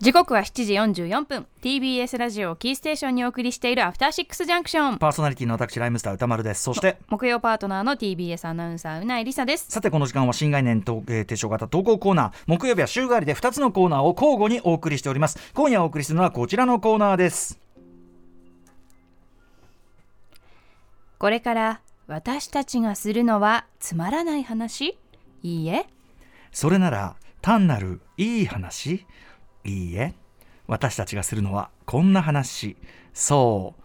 時刻は7時44分 TBS ラジオをキーステーションにお送りしているアフターシックスジャンクションパーソナリティの私ライムスター歌丸ですそして木曜パートナーの TBS アナウンサーうないりさですさてこの時間は新概念と、えー提唱型投稿コーナー木曜日は週替わりで2つのコーナーを交互にお送りしております今夜お送りするのはこちらのコーナーですこれから私たちがするのはつまらない話いいえそれなら単なるいい話いいえ私たちがするのはこんな話そう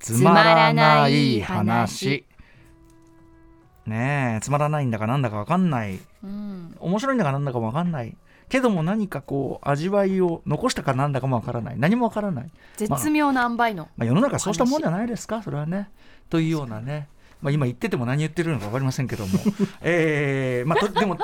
つまらない話ねえつまらないんだかなんだかわかんないうん面白いんだかなんだかもわかんないけども何かこう味わいを残したかなんだかもわからない何もわからない絶妙な塩梅の、まあ、世の中そうしたもんじゃないですか、それはね。というようなね。まあ、今言ってても何言ってるのか分かりませんけ ども、えーまあ、とでも、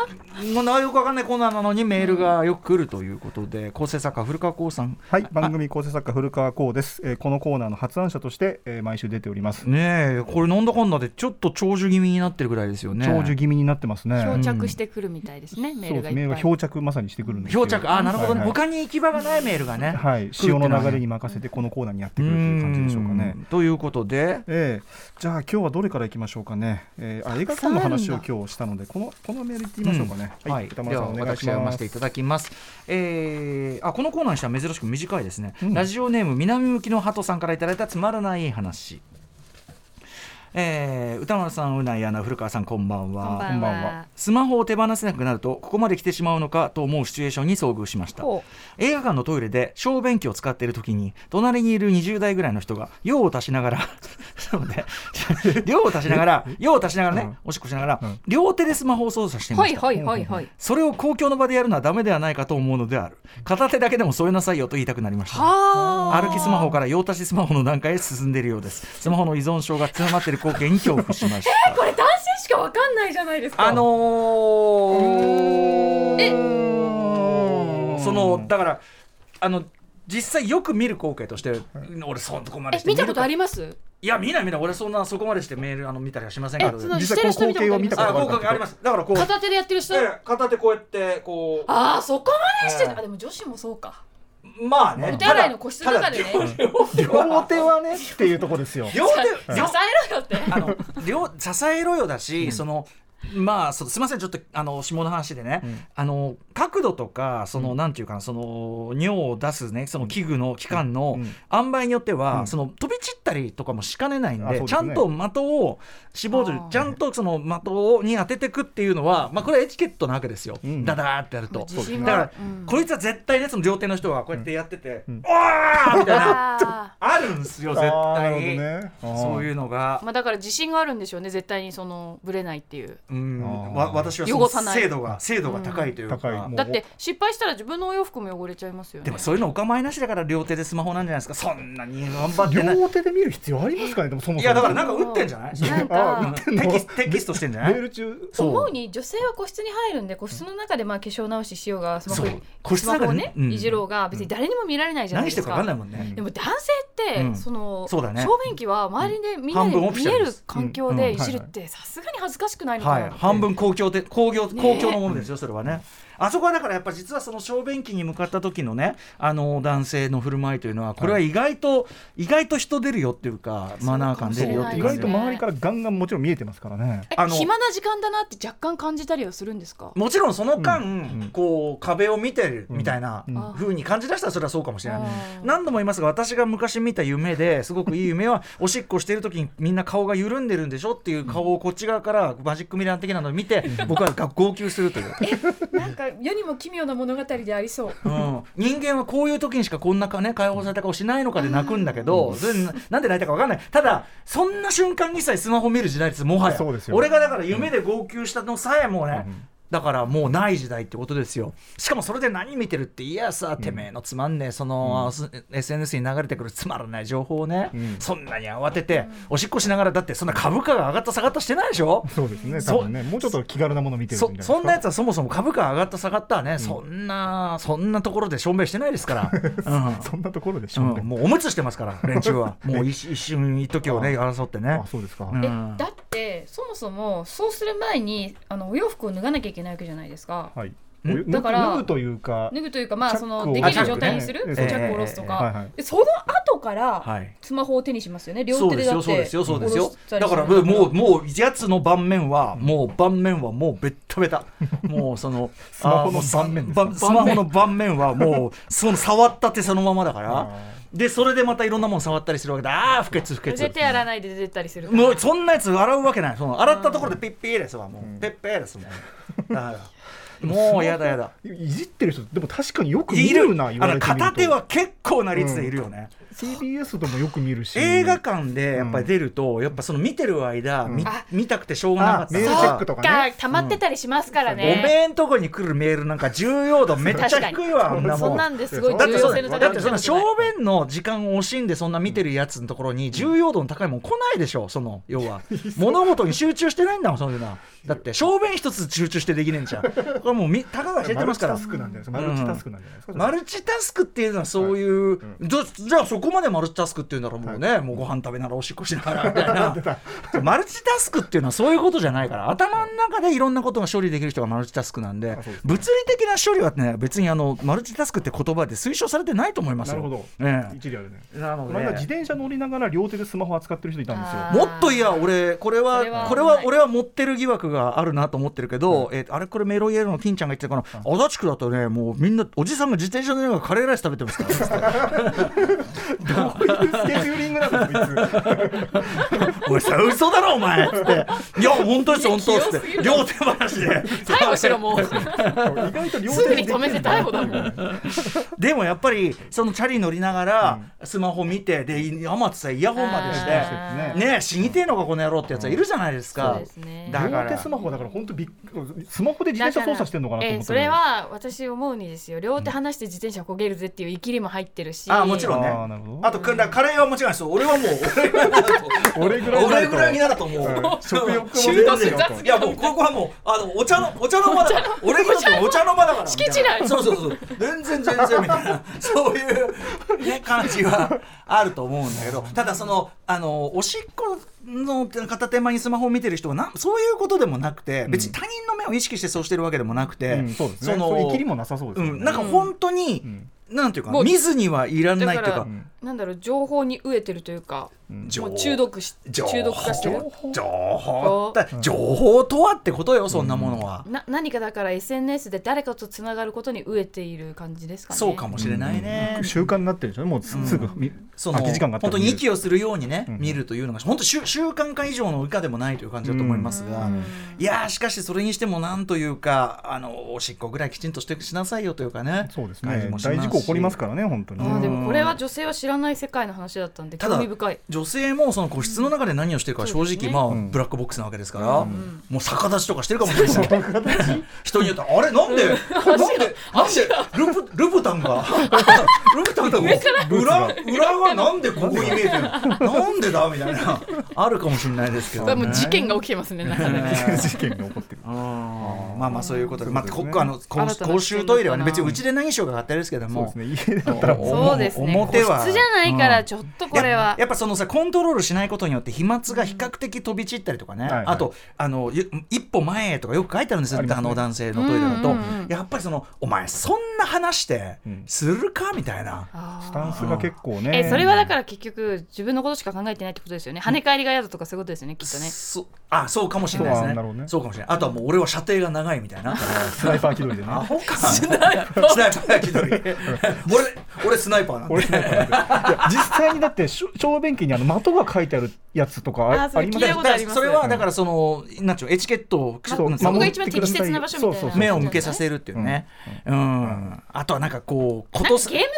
もうなよく分かんないコーナーなのにメールがよく来るということで、構成作家、古川光さん、はい、番組構成作家古川光です、えーこのコーナーの発案者として、えー毎週出ております。ねえ、これ、なんだかんだで、ちょっと長寿気味になってるぐらいですよね。長寿気味になってますね。漂着してくるみたいですね、メーそうルでがすいね。っ名ぱい漂着まさにしてくるんですよ漂着、あーなるほどね、はいはい他に行き場がないメールがね。 はい、潮の流れに任せてこのコーナーにやってうくるという感じでしょうかね。んということで、ええ、じゃあ今日はどれからいきましょうかね。ええ、あ映画館の話を今日したので、このこのメールいってみましょうかね。うんはい、歌丸さんおで願はい私しが読まませていす。ただきます。えーあこのコーナーにしては珍しく短いですね。うんラジオネーム南向きの鳩さんからいただいたつまらない話。えー歌丸さん、うないアナ、古川さん、こんばんは。こんばこんんばんははスマホを手放せなくなるとここまで来てしまうのかと思うシチュエーションに遭遇しましたほ映画館のトイレで小便器を使っている時に隣にいる20代ぐらいの人が用を足しながら なので 用を足しながら用を足しながらね、うんおしっこしながら、うん両手でスマホを操作していまほしいたほいほいほいそれを公共の場でやるのはダメではないかと思うのである片手だけでも添えなさいよと言いたくなりましたは歩きスマホから用足しスマホの段階へ進んでいるようですスマホの依存症が強まっている光景に恐怖しました これ男性しかわかんないじゃないですかあのー、そのだからあの実際よく見る光景として、俺そんとこまでえして見たことあるりますいや見ない見ない俺そんなそこまでしてメールあの見たりはしませんけえどその実して際るこ人の見た光景は見ことたああります効果がありますだからこう、え片手でやってる人え片手こうやってこうああそこまでしてええあでも女子もそうかまあねお手洗いの個室の中でねただ 両手両は手はねっていうところですよ。両手支両えろよってあ の両支えろよだし、そのまあそうすみませんちょっとあの下の話でね、うんあの角度とかその、なんていうかなその尿を出すねその器具の器官の、うん塩梅によっては、うんその飛び散ったりとかもしかねないんあそうでですねちゃんと的を絞るあーちゃんとその的をに当ててくっていうのは、まあ、これはエチケットなわけですよ、うんダダーってやる と。自信だかがら、うんこいつは絶対ねその両手の人がこうやってやってて「うんおー!」みたいなああるんすよ絶あーなる対ほに、どね。そういうう。のがー、まあだから自信があるんでしょうね絶対にそのブレないっていううんあーわ私はその汚さない精度が精度が高いというか、うん高いもうだって失敗したら自分のお洋服も汚れちゃいますよでねもそういうのお構いなしだから両手でスマホなんじゃないですかそんなに頑張ってない両手で見る必要ありますかね。でもそもそも。いやだからなんか打ってんじゃないなんあかテキステキストしてんじゃなメいール中。そう思うに女性は個室に入るんで個室の中でまあ化粧直ししようがスマホそう個室スのマ中ホをでねね、うんいじろうが別に誰にも見られないじゃない何でしてするかか分かんないもんね、でも男性って、うんそのそうだね小便器は周りでみんな半で分オフィシ見ャえルでるす環境うんうんでいじるってさすがに恥ずかしくないのかはな、い、半分公共で公共ね公共のものですよ、それはね。あそこはだからやっぱ実はその小便器に向かった時のねあの男性の振る舞いというのはこれは意外と、意外と人出るよっていうかマナー感出るよってい意う感外じとで周りからガンガンもちろん見えてますからね。えあの暇な時間だなって若干感じたりはするんですかもちろんその間、うんうんこう壁を見てるみたいなうんうん風に感じ出したらそれはそうかもしれない、うん何度も言いますが私が昔見た夢ですごくいい夢はおしっこしてる時にみんな顔が緩んでるんでしょっていう顔をこっち側からマジックミラー的なのを見て僕はが号泣するという。なんか世にも奇妙な物語でありそううん、人間はこういう時にしかこんなか、ね、解放された顔しないのかで泣くんだけど、それななんで泣いたか分かんないただそんな瞬間にさえスマホ見る時代ですもはやそうですよ俺がだから夢で号泣したのさえもうね、うんだからもうない時代ってことですよしかもそれで何見てるっていやさ、てめえのつまんねえその、す SNS に流れてくるつまらない情報をね、うんそんなに慌てて、おしっこしながらだってそんな株価が上がった下がったしてないでしょそうですね。そ多分ね、もうちょっと気軽なもの見てるんじゃそないですか。そんなやつはそもそも株価上がった下がったはね、そんなそんなところで証明してないです から、うんそんなところでしうょんうね。もうおむつしてますから連中 はもう一一瞬一時をね争ってねあ、そうですか。うんえだってそもそもそうする前にあのお洋服を脱がなきゃいけないわけじゃないですか、はい。お湯だから脱ぐというか、脱ぐというかまあチャッそクのをであきチャッるク状態にする、ねそうええチャックを下ろすとか、はいはいでその後からはいスマホを手にしますよね両そ手うでですだよっそうでてすよそうです下ろよしたりだからしなもうもいうもうやつの盤面はもう盤面はもうベッタベタもうその スマホの盤面ですあーもうばスマホの盤面はもうその触った手そのままだからでそれでまたいろんなもん触ったりするわけでああ不潔不潔手やらないで出てたりするからもうそんなやつ洗うわけないその洗ったところでピッピーですわもうペッペーですもん だからもうやだやだいじってる人でも確かによく見いるるな言あわれのてみると片手は結構な率でいるよね、 TBS ともよく見るし映画館でやっぱり出ると、やっぱその見てる間、うんみあ見たくてしょうがなかあっメたールチらェックとかね溜まってたりしますからおめえんとこに来るメールなんか重要度めっちゃ低いわあんなそもんんなんですごいだっ重て要そうだ性よのだ高っいてその正面の時間を惜しんでそんな見てるやつのところに重要度の高いもん来ないでしょその要は物事に集中してないんだもんそんなだって正面一つ集中してできねえんじゃんこれもうみたかが知れてまマルすかチタらスクなんじゃないですかマルチタスクなんじゃないですかマルチタスクっていうのはそういう、じゃじゃあそこまでマルチタスクっていうんならもうね、もうご飯食べながらおしっこしなが らみたいなマルチタスクっていうのはそういうことじゃないから頭の中でいろんなことが処理できる人がマルチタスクなんでそうですね物理的な処理はね別にあのマルチタスクって言葉で推奨されてないと思いますなよ。るほどええ一理あるねなのこでの間自転車乗りながら両手でスマホ扱ってる人いたんですよあーもっといや俺これそれははこれ危はない俺は持ってる疑惑があるなと思ってるけど、えーあれこれメロイエローの金ちゃんが言ってたかな、足立区だとねもうみんなおじさんが自転車の上がカレーライス食べてますからこういうスケジューリングなんだこおいそれ嘘だろお前っつって「いや本当です本当」っつっいやて器用両手話で逮捕しろもういつ意外と両すぐ手でに止めて逮捕だもんでもやっぱりそのチャリ乗りながらスマホ見てで天津さんイヤホンまでしあて。ーねえ死にてえのかこの野郎ってやつはいるじゃないですそうかですねだから両手スマホだから本当びっスマホで自転車操作してんのかなとえ思っえてそれは私思うにですよ両手離して自転車こげるぜっていうイキリも入ってるしあーもちろんねあーなるほどあとくんだカレーはもちろんですよ俺はもう俺ぐらい だと俺ぐらいにな俺るぐとらいになると思うんう食欲も中出毒るよといやもうここはもうあのお茶のお茶の間だから俺がだとお茶の間だから敷地内そうそうそう全然全然みたいなそういうね感じはあると思うんだけどただそのあのおしっこの片手間にスマホを見てる人はなそういうことでもなくて別に他人の目を意識してそうしてるわけでもなくて、うんそうですねのそういうイキリもなさそうですよねんなんか本当に、んなんていうもかう見ずにはいらないっていうだかかなんだろう情報に飢えてるというか情もう中毒し情中毒化してる報情報だ情報とはってことよそんなものは、な何かだから SNS で誰かとつながることに飢えている感じですかねそうかもしれないね、習慣になってるでしょもうすすぐみその空き時間があった本当らに息をするようにね、ん見るというのが本当週習慣化以上の以下でもないという感じだと思いますが、いやーしかしそれにしてもなんというかあのおしっこぐらいきちんとしてしなさいよというかねそうです感じねもし大事故起こりますらからね本当にあーでもこれは女性は知らない世界の話だったんでた興だ味深い女性もその個室の中で何をしてるかは正そうです直ねまあんブラックボックスなわけですから、もう逆立ちとかしてるかもしれない人によってあれなんで、なんでなんでルプルプタンが ルプタンが裏裏がなんでここに見えてるなんでだみたいなあるかもしれないですけど、これね、もう事件が起きてますねなんかね事件が起こってるうんまあまあそういうことで、まあ、そうですねこあのこう新たな公衆トイレはね視点だな別にうちで何しようか勝手ですけどそうもですね家だったらもうそうですね表は個室じゃないからちょっとこれやはやっぱそのさコントロールしないことによって飛沫が比較的飛び散ったりとかね、はいはいあとあのゆ一歩前へとかよく書いてあるんですよああ,、りますねの男性のトイレだと、うんうんうんやっぱりそのお前そんな話してうんするかみたいな、あースタンスが結構ねえそれはだから結局自分のことしか考えてないってことですよね跳ね返りが嫌だとかそういうことですよねきっとねそあそうかもしれないですそうなねんだろうねそうかもしれないあとはもう俺は射程が長いみたいなスナイパー気取りでねアホかスナイパーが気取り俺俺スナイパーなんで俺スナイパーなんでいや実際にだってしょ小便器にあの的が書いてあるやつとかああーそれありま聞いせたんことだかあらりますそれはだからそのなんちゅうエチケットをそうなんつうそこの守がっ一番てくだ適さい切な場所みたいそうそうなそう目を向けさせるっていうね、うんあとはなんかこうこなんとかすゲーム性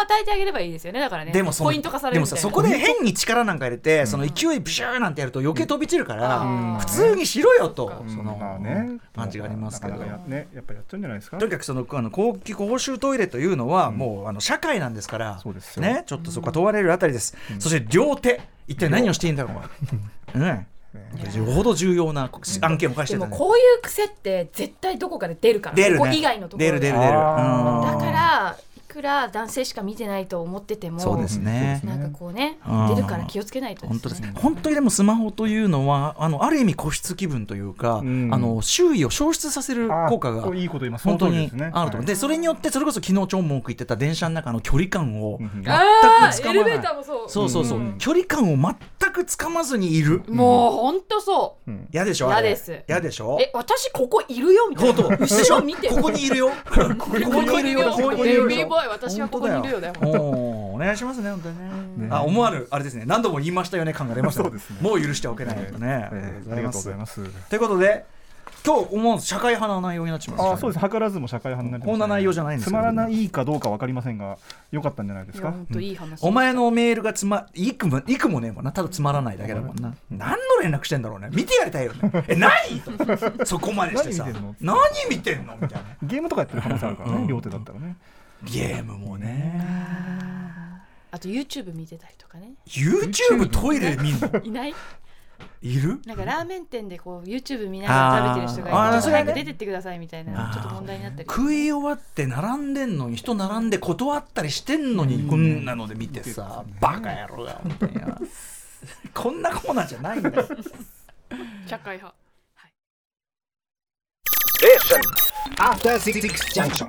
を与えてあげればいいですよねだからねでもそのポイント化されでるもみたいさなそこで変に力なんか入れて、その勢いブシューなんてやると余計飛び散るから、うん普通にしろよと、うんその、まあね感じがありますけどな。かなかやねやっぱやっちゃうんじゃないですかとにかくそのあの公共公衆トイレというのは、もうあの社会なんですからそうですよね、ちょっとそこは問われるあたりです、そして両手一体何をしていいんだろう、うん、よほど重要な案件を返しでてたもねこういう癖って絶対どこかで出るから出るここね以外のところ出でる出る出るあーうんだからいくくら男性しか見てないと思っててもそうですねなんかこうねうん出るから気をつけないと本当ですね本当にでもスマホというのはあのある意味固執気分というか、うんあの周囲を消失させるあ効果がこれいいこと言います。本当そのに通りですねあると思う、はいでそれによってそれこそ昨日超文句言ってた電車の中の距離感をう全んくつあーかエレまベないーターもそうそうそうそう、ん距離感を全くつかまずにいるもう本当そうん嫌でしょあれ嫌です嫌でしょうえ私ここいるよみたほいんとな後ろ見て ここにいるよここ ここにいるよここにいベイビーるよボーイ私はここにいるよだよおーお願いしますね本当にねねあ思わぬあれですね何度も言いましたよね感が出ましたねそうですねもう許しておけないとね、えーありがとうございます。ということで今日思わず社会派な内容になっちまいましたあ、そうです。図らずも社会派になりますねこんな内容じゃないんですけつどまらないかどうかわかりませんが、良かったんじゃないですいやか。本当いい話お前のメールがつまいくもいくもねえもんなただつまらないだけだもんな何の連絡してんだろうね見てやりたいよ ねえ何とそこまでしてさ何見てんの何見てんのみたいなゲームとかやってる可能性あるからうね、ん両手だったらね。ゲームもねあと YouTube 見てたりとかね YouTube トイレ見んのいないいるなんかラーメン店でこう YouTube 見ながら食べてる人がいてあーちょあーっとそれ早ねく出てってくださいみたいなあーちょっと問題になったり食い終わって並んでんのに人並んで断ったりしてんのにこんなので見てさバカ野郎だ本当に なこんなコーナーじゃないんだよ社会派 After Six Junction.